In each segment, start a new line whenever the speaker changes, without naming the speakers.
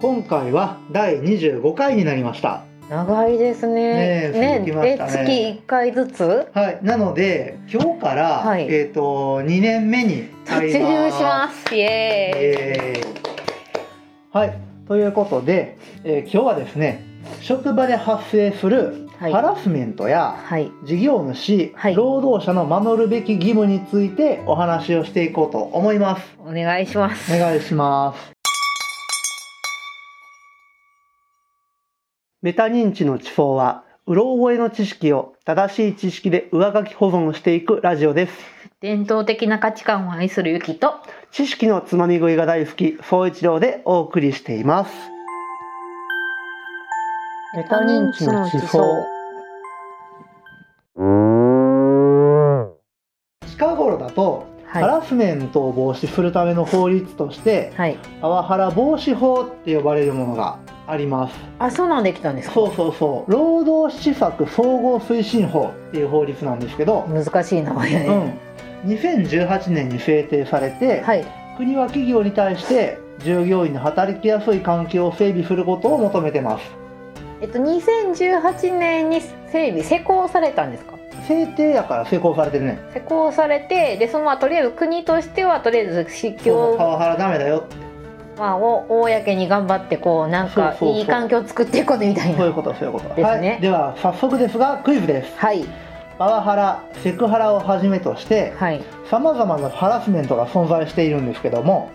今回は第25回になりました
長いですね。
ねえ続きましたね
え月一回ずつ
はいなので今日から、
はい
えっ、と2年目に
突 入します。イ
イ
エ
エーイはいということで、えー今日はですね職場で発生するハ
はい
ラスメント
ーイ。
や
はい。
事業主、
はい
労働者の守るべき義務についてお話をしていこうと思います
お願いします。
お願いしますメタ認知の地方はうろ覚えの知識を正しい知識で上書き保存していくラジオです
伝統的な価値観を愛するゆきと。
知識のつまみ食いが大好き総一郎でお送りしていますメタ認知の地方近頃だと、ハ
は
ラスメントを防止するための法律として
い。はい。
パワハラ防止法って呼ばれるものがあります
あ、そうなんできたんですか。
そうそうそう労働施策総合推進法っていう法律なんですけど、
難しい名前
う
やね。
ん、2018年に制定されて、
はい。
国は企業に対して従業員の働きやすい環境を整備することを求めてます
えっと2018年に整備施行されたんですか。
制定やから成功されてるね
施行されてでそのまあとりあえず国としてはとりあえず失
パ
業、
ワハラダメだよ
まあ、を公に頑張ってこうなんか
そうそうそう
いい環境を作っていこうみた
そ
い
うい
な
うことそういうこと
ですね
はい、では早速ですがクイズです
はい
パワハラセクハラをはじめとして
はい
さまざまなハラスメントが存在しているんですけども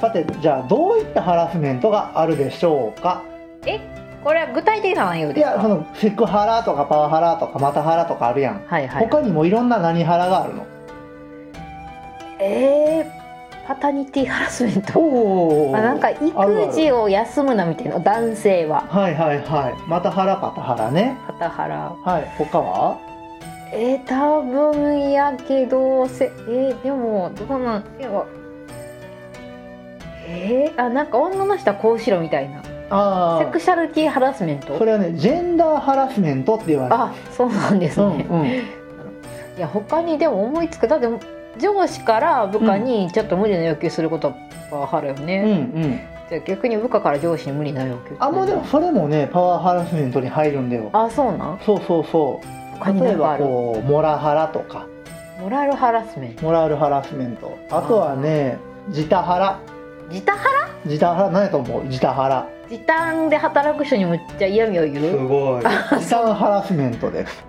さてじゃあどういったハラスメントがあるでしょうか
これは具体的な内容
い
です
やそ
か
のセクハラとかパワハラとかマタハラとかあるやん、
はいはい
他にもいろんな何ハラがあるの
えー、パタニティハラスメント
お
あなんか育児を休むなみたいな男性は
はいはいはいマタハラパタハラね
パタハラ
はい他は
えー、多分やけどせえー、でもどうなんでもえー、あなんか女の人はこうしろみたいな
あ
セクシャルティハラスメント
あそれはねジェンダーハラスメントって言われる
あそうなんです
うん
ね、
うん
いや他にでも思いつくだって上司から部下にちょっと無理な要求することはあるよ
うん
ね、
うん
じゃあ逆に部下から上司に無理な要求
あもうでもそれもねパワーハラスメントに入るんだよ
あそうなん
そうそうそ
他
う
に
例え
何か
ば
ある
こうモラハラとか
モラルハラスメント
モラルハラスメントあとはねジタハラ
自他ハ
ジタハラ何やと思うジタハラ
ラ時短で働く人にむっちゃ嫌味を言う
ごい時短ハラスメントです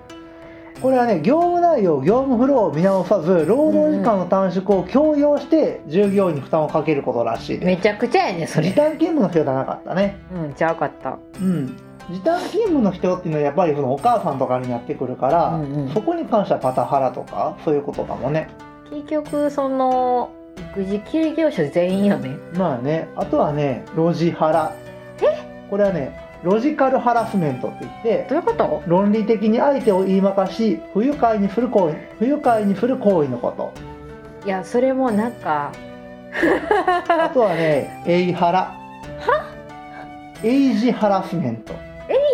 これはね業務内容業務フローを見直さず労働時間の短縮を強要して従業員に負担をかけることらしいで
めちゃくちゃやね
す
そ
時
れ
短勤務の人じゃなかったね
うんちゃうかった
うん時短勤務の人っていうのはやっぱりそのお母さんとかになってくるから、
うんうん
そこに関してはパタハラとかそういうことかもね
結局その育児休業者全員やね
まあねあとはね路地ハラこれはねロジカルハラスメントって言って
どういうこと
論理的に相手を言いまかし不愉快にする行為不愉快にする行為のこと
いやそれもなんか
あとはね、 エイハラ。エイジハラスメント。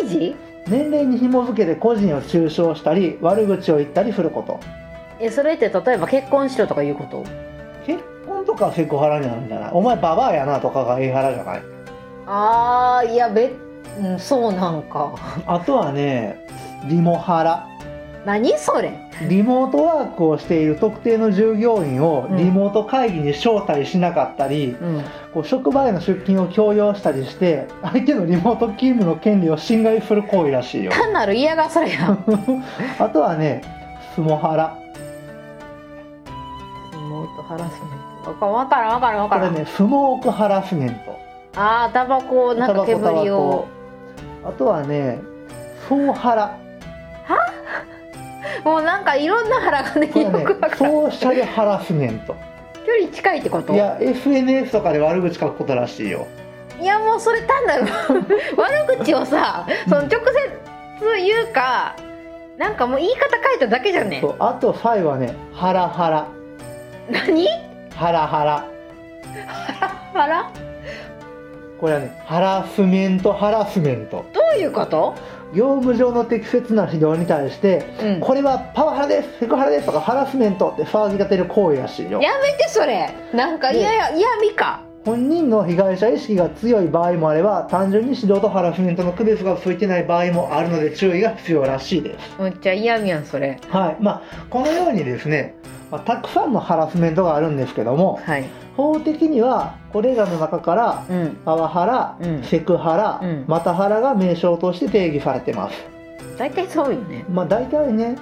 イジ
年齢に紐付けて個人を中傷したり、悪口を言ったりすること。
えそれって例えば結婚しろとかいうこと
結婚とかセクハラになるんじゃないお前ババアやなとかがエイハラじゃない
あーいやべ、うん、そうなんか
あとはね、リモハラ。
何それ
リモートワークをしている特定の従業員を
うん
リモート会議に招待しなかったり、
うん
こう職場への出勤を強要したりして、相手のリモート勤務の権利を侵害する行為らしい よ。
単なる嫌がそれやん
あとはね、スモハラ。
妹ハラスメント分からん分からん分
こ
から
れ
ん、
ねスモークハラスメント
あータバコをなん
タバ
か
コ
煙を
あとはね総ハラ
もうなんかいろんな腹がね よ
これ
く
ね
分からん
ソーシャルハラスメント
距離近いってこと
い
いや
や SNS とかで悪口書くことらしいよ
もうそれ単なる 悪口をさその直接言うかなんかもう言い方変えただけじゃんね
そうあと最後はねハラハラ
何
ハラハラ
あら
これはねハラスメントハラスメント
どういうこと、
業務上の適切な指導に対して
うん、
これはパワハラですセクハラですとかハラスメントって騒ぎ立てる行為らしいよ
やめてそれなんか嫌や嫌味か
本人の被害者意識が強い場合もあれば単純に指導とハラスメントの区別がついてない場合もあるので注意が必要らしいです。
むっちゃ嫌みやんそれ
はいまあ、このようにですね、まあ、たくさんのハラスメントがあるんですけども
はい
法的にはこれらの中から
うん
パワハラ、
うん
セクハラ、
うん
マタハラが名称として定義されてます。
大体そうよね
まあ大体ね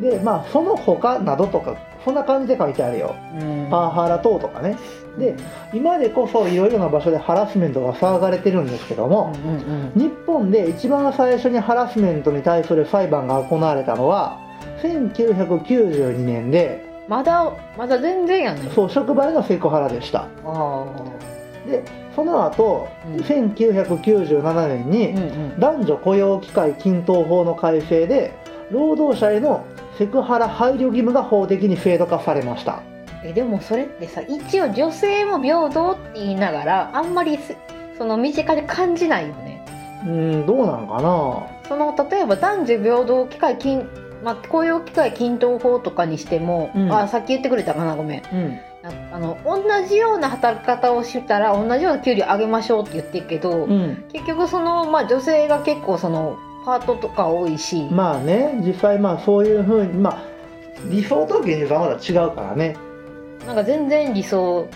でまあその他などとかそんな感じで書いてあるよ
うん
パワハラ等とかねで今でこそいろいろな場所でハラスメントが騒がれてるんですけど
うん
も、
うん
日本で一番最初にハラスメントに対する裁判が行われたのは1992年で
うんまだまだ全然やね
そう職場でのセクハラでした
ああ
でその後、
うん
1997年に、
うんうん
男女雇用機会均等法の改正で労働者へのセクハラ配慮義務が法的に制度化されました
えでもそれってさ一応女性も平等って言いながらあんまりすその身近で感じないよね
うーんどうなんかな
その例えば男女平等機会均まあ、雇用機会均等法とかにしても、
うん
あさっき言ってくれたかなごめん
うん
ああの同じような働き方をしたら同じような給料上げましょうって言ってるけど、
うん
結局その、まあ、女性が結構そのパートとか多いし、
まあね実際まあそういうふうにまあ理想と現実はまだ違うからね
なんか全然理想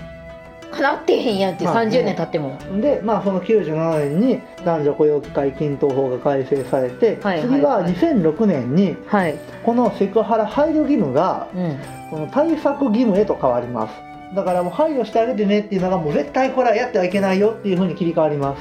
叶ってへんやんって
まあね
30年経っても、
でまあその97年に男女雇用機会均等法が改正されて、
はいはい
次は2006年に
はい、
このセクハラ配慮義務が
うん、
この対策義務へと変わりますだからもう配慮してあげてねっていうのがもう絶対これはやってはいけないよっていうふうに切り替わりま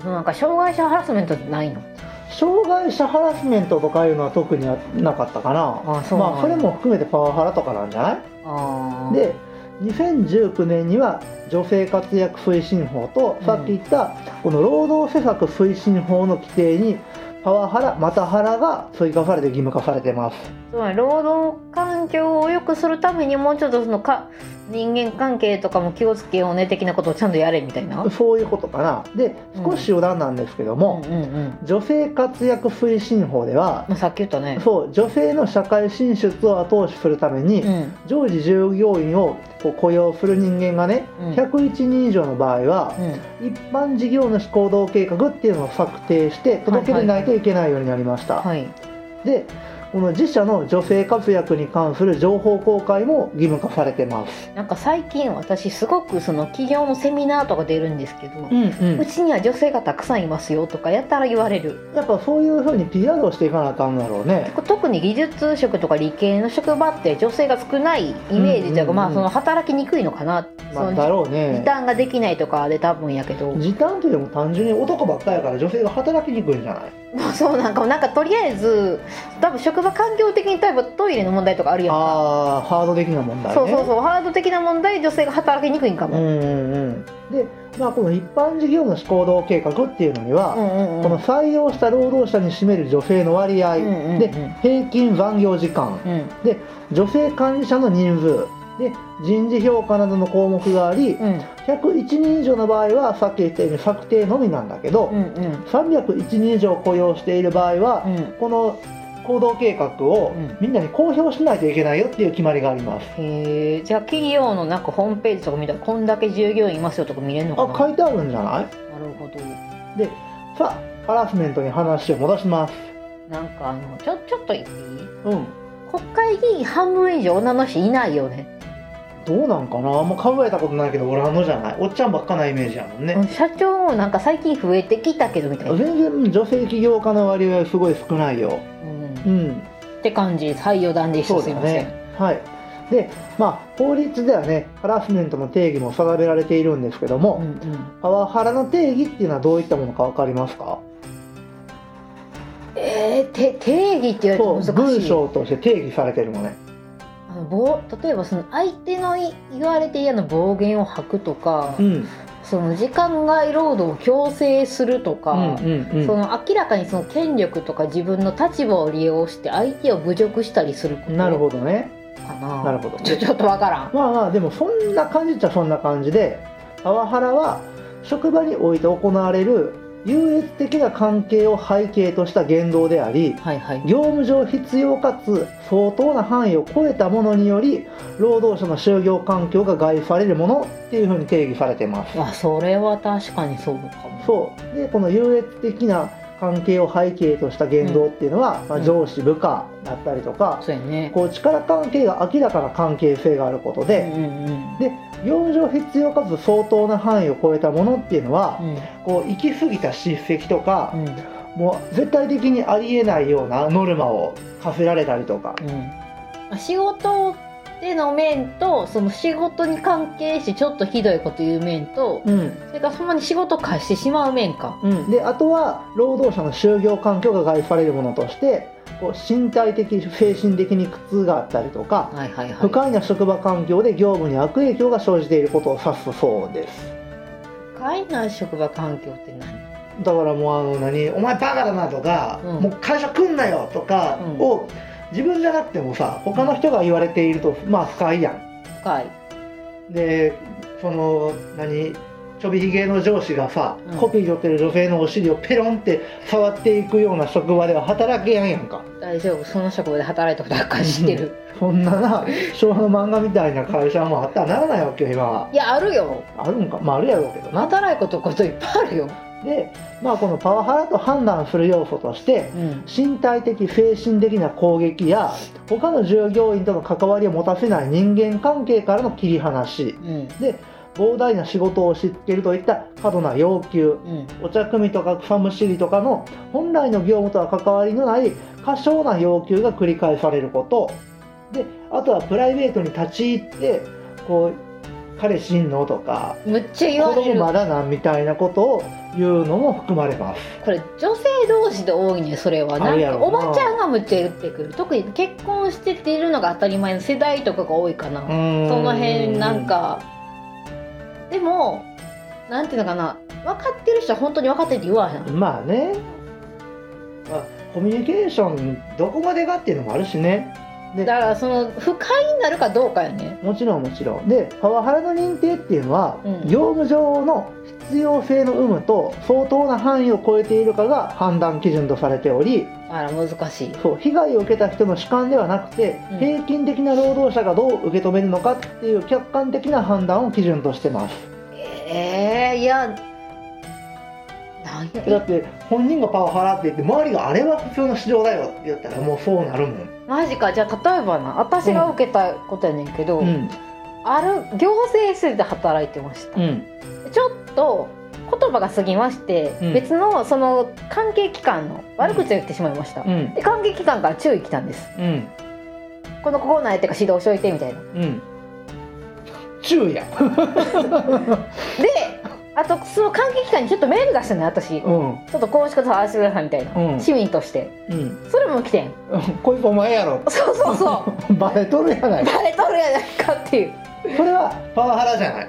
そのなんか障害者ハラスメントってないの
す障害者ハラスメントとかいうのは特にはなかったかな
あそうなんだ
まあそれも含めてパワハラとかなんじゃない
あー
で2019年には女性活躍推進法と
うん
さっき言ったこの労働施策推進法の規定にパワハラまたハラが追加されて義務化されてます
つまり労働環境を良くするためにもうちょっとそのか人間関係とかも気をつけようね的なことをちゃんとやれみたいな。
そういうことかなで少し余談なんですけども、
うんうんうん
女性活躍推進法では
まあ、さっき言ったね。
そう女性の社会進出を後押しするために、
うん
常時従業員をこう雇用する人間がね、
うん
101人以上の場合は、
うん
一般事業主行動計画っていうのを策定して届け出ないといけないようになりました、
はい。
でこの自社の女性活躍に関する情報公開も義務化されてます
なんか最近私すごくその企業のセミナーとか出るんですけど、
んう
うちには女性がたくさんいますよとかやったら言われる
やっぱそういうふうに PR をしていかなあかんだろうね
特に技術職とか理系の職場って女性が少ないイメージとい
う
うか、
んうんうん
まあその働きにくいのかな、
まあ
そ
だ
の
ろう
時
ね
短ができないとかで多分やけど、
時短というのも単純に男ばっかやから女性が働きにくいんじゃない
まあ そうなんかもなんかとりあえず多分職場環境的に例えばトイレの問題とかあるやんか、
ああハード的な問題ね
そうそうそうハード的な問題女性が働きにくいんか
う
も、
んうんうんで、まあ、この一般事業主行動計画っていうのには、
うんうんうん、
この採用した労働者に占める女性の割合、
うんうんうん
で平均残業時間
うん
で女性管理者の人数で人事評価などの項目があり
うん
101人以上の場合はさっき言ったように策定のみなんだけど、
うんうん
301人以上雇用している場合は、
うん
この行動計画を
うん
みんなに公表しないといけないよっていう決まりがあります。
へえじゃあ企業のなんかホームページとか見たらこんだけ従業員いますよとか見れるのかな
あ書いてあるんじゃない
なるほど
でさあハラスメントに話を戻します。
なんかあのちょちょっといい
うん
国会議員半分以上女の人いないよね
どうなんかなあんま考えたことないけど俺あのじゃないおっちゃんばっかなイメージやもんね。
社長もなんか最近増えてきたけどみたいな、
全然女性起業家の割合すごい少ないよ。
うんっ
うん、
て感じ採用断でした、
そう
す
だ
いません
ね。はい。で、まあ法律ではねハラスメントの定義も定められているんですけども、
うんうん
パワハラの定義っていうのはどういったものかわかりますか？
えー、て定義って言
そ
われて
う
難
文
しい
章として定義されてるのね。
あの暴例えばその相手のい言われて嫌な暴言を吐くとか、
うん
その時間外労働を強制するとか、
うんうんうん
その明らかにその権力とか自分の立場を利用して相手を侮辱したりすること
なるほどね。
かな
なるほど
ちょちょっとわからん
まあまあでもそんな感じっちゃそんな感じでパワハラは職場において行われる優越的な関係を背景とした言動であり
はいはい
業務上必要かつ相当な範囲を超えたものにより労働者の就業環境が害されるものっていうふうに定義されてます
あそれは確かにそうかも
そうでこの優越的な関係を背景とした言動っていうのは、まあ、
うん
上司部下だったりとか、
そうやね
こう力関係が明らかな関係性があること
う
で、
んうんうん
で業務上必要かつ相当な範囲を超えたものっていうのは、
うん
こう行き過ぎた叱責とか、
うん
もう絶対的にありえないようなノルマを課せられたりとか、
うん仕事での面とその仕事に関係してちょっとひどいこと言う面と
うん
それからそのまに仕事を返してしまう面か
であとは労働者の就業環境が害されるものとしてこう身体的精神的に苦痛があったりとか、
はいはいはい
不快な職場環境で業務に悪影響が生じていることを指すそうです
不快な職場環境って何
だからもうあの何「お前バカだな」とか、
うん
もう会社来んなよ」とか
うん
を、自分じゃなくてもさ他の人が言われているとまあ不快やん
不快
でその何ちょびひげの上司がさ、
うん
コピー取ってる女性のお尻をペロンって触っていくような職場では働けやんやんか
大丈夫その職場で働いたことばっかり知ってる
そんなな昭和の漫画みたいな会社もあったらならないわけよ今はい
やあるよ
あるんかまああるやろうけどな
働いことこといっぱいあるよ、
で、まあ、このパワハラと判断する要素として
うん、
身体的精神的な攻撃や他の従業員との関わりを持たせない人間関係からの切り離し
うん
膨大な仕事を押し付けるといった過度な要求
うん
お茶組みとか草むしりとかの本来の業務とは関わりのない過小な要求が繰り返されることであとはプライベートに立ち入ってこう彼死んのとか
むっちゃ言
子
われ
供
る
まだなんみたいなことを言うのも含まれます。
これ女性同士で多いねそれは
あ
な
る
ん
や
か
ろ
お
な
ばちゃんがむっちゃ言ってくる特に結婚してっているのが当たり前の世代とかが多いかな、そ
そ
の辺なんかでもなんていうのかな分かってる人は本当に分かってるって言わへん
まあね、まあ、コミュニケーションどこまでがっていうのもあるしね
だからその不快になるかどうかよね
もちろんもちろんでパワハラの認定っていうのは、
うん
業務上の必要性の有無と相当な範囲を超えているかが判断基準とされており
だから難しい
そう被害を受けた人の主観ではなくて、
うん
平均的な労働者がどう受け止めるのかっていう客観的な判断を基準としてます
ええいやなん
だ
や
って本人がパワハラって言って周りがあれは普通の市場だよって言ったらもうそうなるもん、
マジかじゃあ例えばな私が受けたことやねんけど、
うん
ある行政施設で働いてました、
うん
ちょっと言葉が過ぎまして、
うん
別のその関係機関の悪口を言ってしまいました、
うん
で関係機関から注意来たんです
うん
このコーナーやってから指導しといてみたいな
うん注意や
であとその関係機関にちょっとメール出したのよ私、ち
ん
ょっとこういう仕事をああしてくださいみたいな、
うん
市民として
うん
それも来てん
こいつお前やろ
そうそうそ う
バレとるや ない
誰とるやないかっていう
それはパワハラじゃない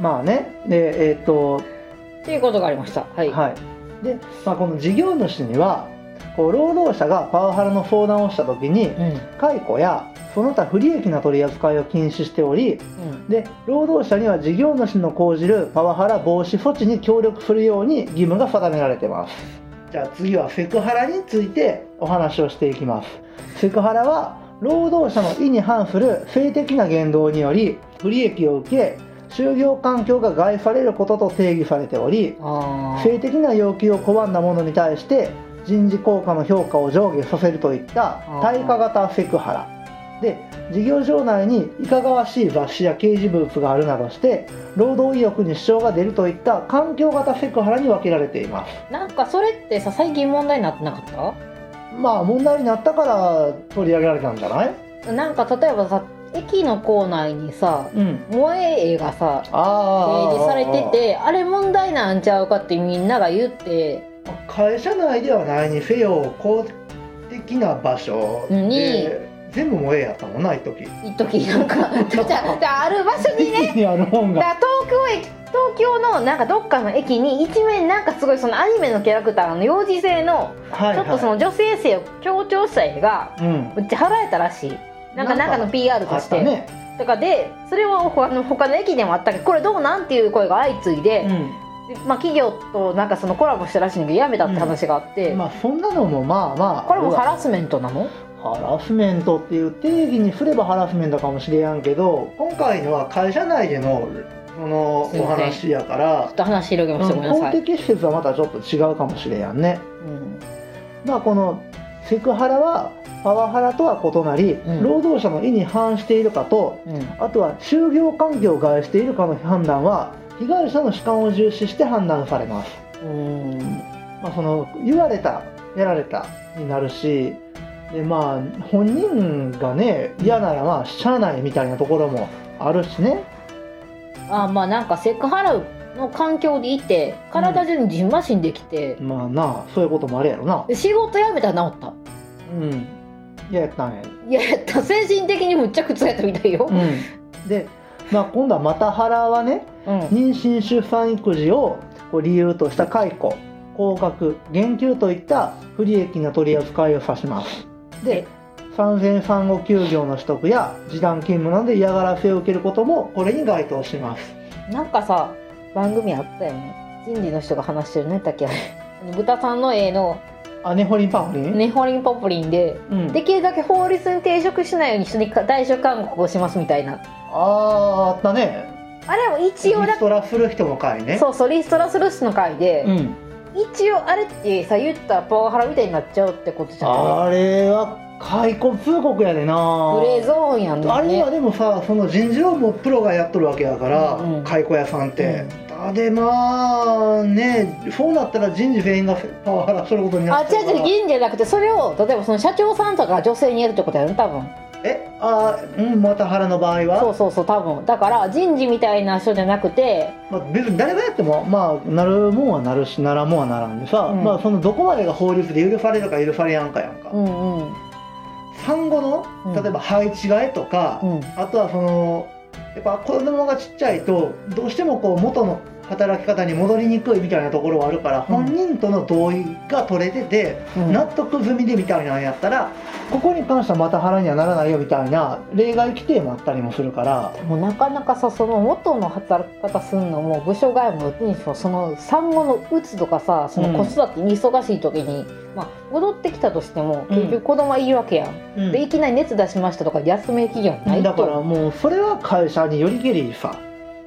まあねでえーっと
っていうことがありましたはい、
はいで、まあ、この事業主にはこう労働者がパワハラの相談をした時に
うん
解雇やその他不利益な取り扱いを禁止しており
うん
で労働者には事業主の講じるパワハラ防止措置に協力するように義務が定められてますじゃあ次はセクハラについてお話をしていきますセクハラは労働者の意に反する性的な言動により不利益を受け就業環境が害されることと定義されており
あー
性的な要求を拒んだ者に対して人事効果の評価を上下させるといった対価型セクハラで事業場内にいかがわしい雑誌や掲示物があるなどして労働意欲に支障が出るといった環境型セクハラに分けられています
なんかそれってさ最近問題になってなかった
まあ問題になったから取り上げられたんじゃない
なんか例えばさ駅の構内にさ
うん
萌え絵がさ
ああ
提示されててあれ問題なんちゃうかってみんなが言って
会社内ではないにせよ公的な場所で
に
全部萌えやったもんない時
一時なん かじゃあじゃあある場所に ね
にある本
だ
が
から東京駅東京のなんかどっかの駅に一面なんかすごいそのアニメのキャラクターの幼児性の
はい
ちょ
はい
っとその女性性を強調した絵が
うん
うち払えたらしいなんか
なんか
中の PR と
あ
し
った
て、
ね
とかでそれは他の他の駅でもあったけどこれどうなんっていう声が相次いで、
ん
でまあ、企業となんかそのコラボしたらしいんだけどやめたって話があって、
まあそんなのもまあまあ
これもハ
ハ
ラスメントなの
ラスメントっていう定義にすればハラスメントかもしれやんけど今回のは会社内でのこの
すい
お
ません
話やから
ちょっと話広げま
う
し
ん
たごめんな
公
さい、
的施設はまたちょっと違うかもしれやんね。
うん
まあ、このセクハラはパワハラとは異なり、
うん
労働者の意に反しているかと
うん
あとは就業環境を害しているかの判断は被害者の主観を重視して判断されます、
うん
まあ、その言われたやられたになるしでまあ本人がね嫌ならまあしゃあないみたいなところもあるしね
あまあなんかセクハラの環境でいて体中にじんましんできて、
まあなあそういうこともあるやろな
仕事辞めたら治った
うん嫌やったんや
いややった精神的にむっちゃくちゃやったみたいよ、
うんでまあ今度はまたハラはね
うん
妊娠出産育児をこう理由とした解雇降格減給といった不利益な取り扱いを指しますで産前産後休業の取得や時短勤務などで嫌がらせを受けることもこれに該当します
なんかさ番組あったよね人事の人が話してるね竹谷あの豚さんの絵の
あねほりんぱほりん、
ネホリンポプリンで
うん、
できるだけ法律に抵触しないように一緒に退職勧告をしますみたいな
あーあったね
あれも
リ
一応だ
ストラする人の会ね
そうそうリストラする人の会で、
うん、
一応あれってさ言ったらパワハラみたいになっちゃうってことじゃん
あれは解雇通告やでな
グレーゾーンやん
あれは
ね
でもさその人事労務をプロがやっとるわけだから、
うんうん
解雇屋さんって、あでまあねそうなったら人事全員がパワハラすることにな
あ
っちゃ
違
う
う
か
違
ら
う銀じゃなくてそれを例えばその社長さんとかが女性にやるってことやろ多分
えあうんまた原の場合
そう
は、
そうそう多分だから人事みたいな人じゃなくて
まあ、別に誰がやってもまあなるもんはなるしならんもんはならんでさ、
うん
まあそのどこまでが法律で許されるか許されやんかやんか、
うんうん
産後の
うん
例えば配置換えとか、
うん
あとはそのやっぱ子供がちっちゃいとどうしてもこう元の働き方に戻りにくいみたいなところはあるから、
うん
本人との同意が取れてて、
うん
納得済みでみたいなんやったらここに関してはまた腹にはならないよみたいな例外規定もあったりもするから
もうなかなかさその元の働き方すんのも部署外もうちにしろその産後のうつとかさその子育てに忙しい時に、まあ、戻ってきたとしても
うん
結局子供はいるわけやん、
うん
でいきなり熱出しましたとか休める期限はないと
だからもうそれは会社によりけりさ、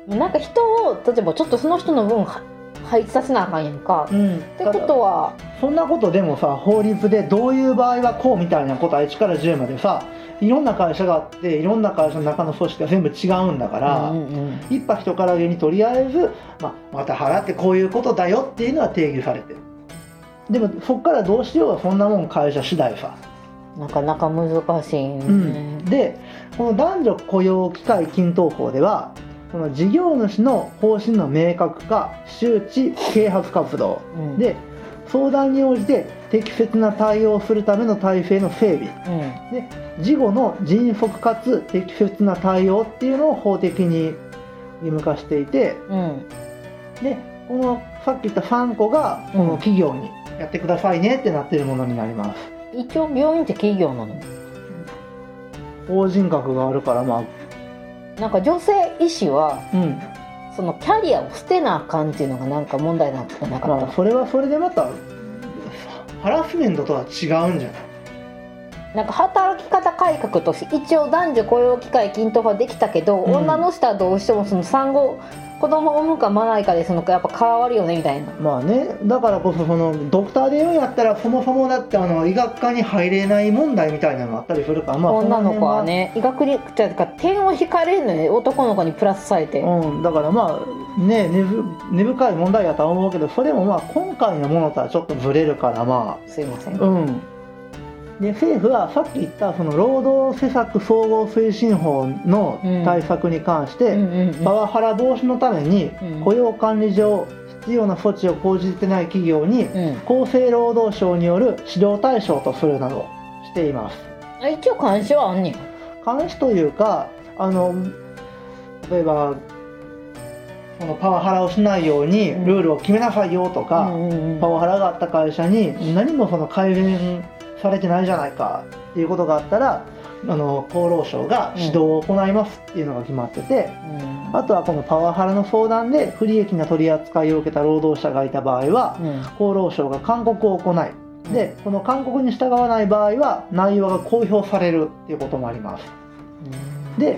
なんか人を例えばちょっとその人の分は配置させなあかんやんか、
うん、っ
ってことは
そんなことでもさ法律でどういう場合はこうみたいなことは1から10までさいろんな会社があっていろんな会社の中の組織が全部違うんだから、
うんうん
一派人からげにとりあえず、まあ、また払ってこういうことだよっていうのは定義されてるでもそっからどうしようはそんなもん会社次第さ、
うんなかなか難しいよね、
でこの男女雇用機会均等法ではこの事業主の方針の明確化周知啓発活動
うん、
で相談に応じて適切な対応をするための体制の整備
うん
で事後の迅速かつ適切な対応っていうのを法的に義務化していて
うん
でこのさっき言った3個がこの企業にやってくださいねってなってるものになります
一応病院って企業なの
法人格があるからま
なんか女性医師は
あうん
そのキャリアを捨てなあかんっていうのがなんか問題なんじゃなかった、
まあそれはそれでまたハラスメントとは違うんじゃない
なんか働き方改革として一応男女雇用機会均等化できたけど、
うん
女の人はどうしてもその産後子供を産むか産まないかでそのやっぱ変わるよねみたいな
まあねだからこそそのドクターで言うんやったらそもそもだってあの医学科に入れない問題みたいなのもあったりするからまあ
女の子はね医学にじゃあなんか点を引かれるのよね男の子にプラスされて、
その辺はうん、だからまあね根ぶ根深い問題やとは思うけどそれもまあ今回のものとはちょっとずれるからまあ
すいません、
うん、で政府はさっき言ったその労働施策総合推進法の対策に関して、
うんうんうん
パワハラ防止のために
うん
雇用管理上必要な措置を講じてない企業に
うん
厚生労働省による指導対象とするなどしています。
あ一応監視はあんねん
監視というかあの例えばそのパワハラをしないように
うん
ルールを決めなさいよとか、
うんうんうん
パワハラがあった会社に何もその改善されてないじゃないかっていうことがあったらあの厚労省が指導を行いますっていうのが決まってて、
うん
あとはこのパワハラの相談で不利益な取り扱いを受けた労働者がいた場合は
うん
厚労省が勧告を行いでこの勧告に従わない場合は内容が公表されるっていうこともありますで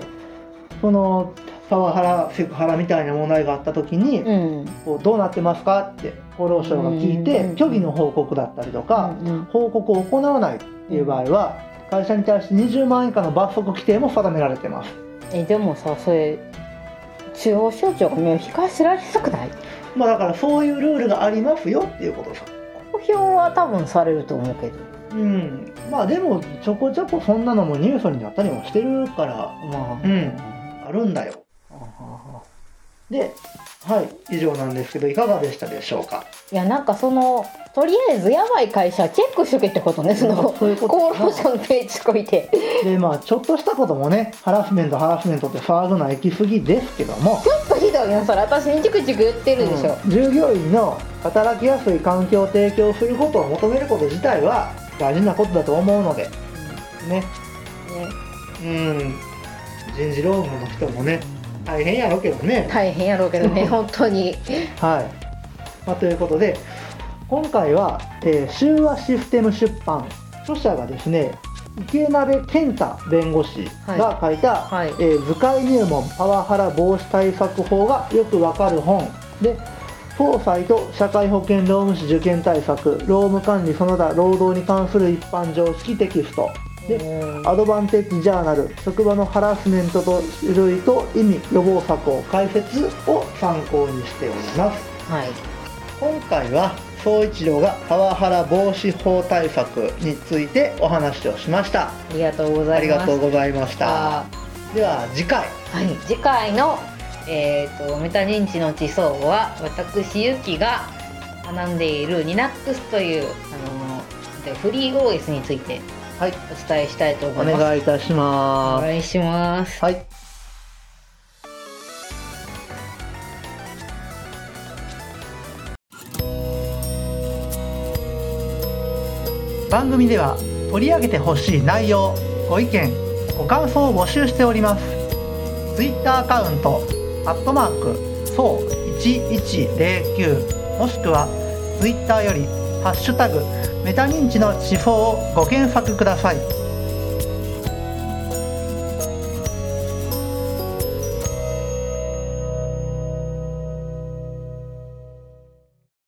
このパワハラセクハラみたいな問題があった時に、
うん
こうどうなってますかって厚労省が聞い
うん
て虚偽の報告だったりとか、報告を行わないっていう場合は会社に対して20万円以下の罰則規定も定められてます
えでもさそれ中央省庁が目を光らせられなくない
まあだからそういうルールがありますよっていうことさ
公表は多分されると思うけど
うんまあでもちょこちょこそんなのもニュースになったりもしてるから
まあ
うんあるんだよではい以上なんですけどいかがでしたでしょうか
いやなんかそのとりあえずやばい会社チェックしとけってことねその
そういう
厚
こと
労省のページこいて
でまあちょっとしたこともねハラスメントハラスメントって騒ぐのは行き過ぎですけども、
ちょっとひどいよそれ私にチクチク言ってるでしょ、
うん従業員の働きやすい環境を提供することを求めること自体は大事なことだと思うのでね
ね
うん人事労務の人もね大変やろうけどね
大変やろうけどね本当に
はい、まあ、ということで今回は、えー、修和システム出版著者がですね池鍋健太弁護士が書いた、
はいはい
えー図解入門パワハラ防止対策法がよくわかる本で法裁と社会保険労務士受験対策労務管理その他労働に関する一般常識テキストで
うん
アドバンテージジャーナル職場のハラスメントと種類と意味予防策を解説を参考にしております
はい
今回は総一郎がパワハラ防止法対策についてお話をしました
ありがとうございます
ありがとうございましたでは次回
はい、次回の、えーと「メタ認知の地層」は私ゆきが学んでいる Linux というあのでフリー OS について
はい
お伝えしたいと思
お
います。
願いいたし
お
ま
願いします
すはい番組では取り上げてほしい内容ご意見ご感想を募集しております Twitter アカウント「アットマークそう1109」もしくは Twitter より「ハッシュタグメタ認知の地方」をご検索ください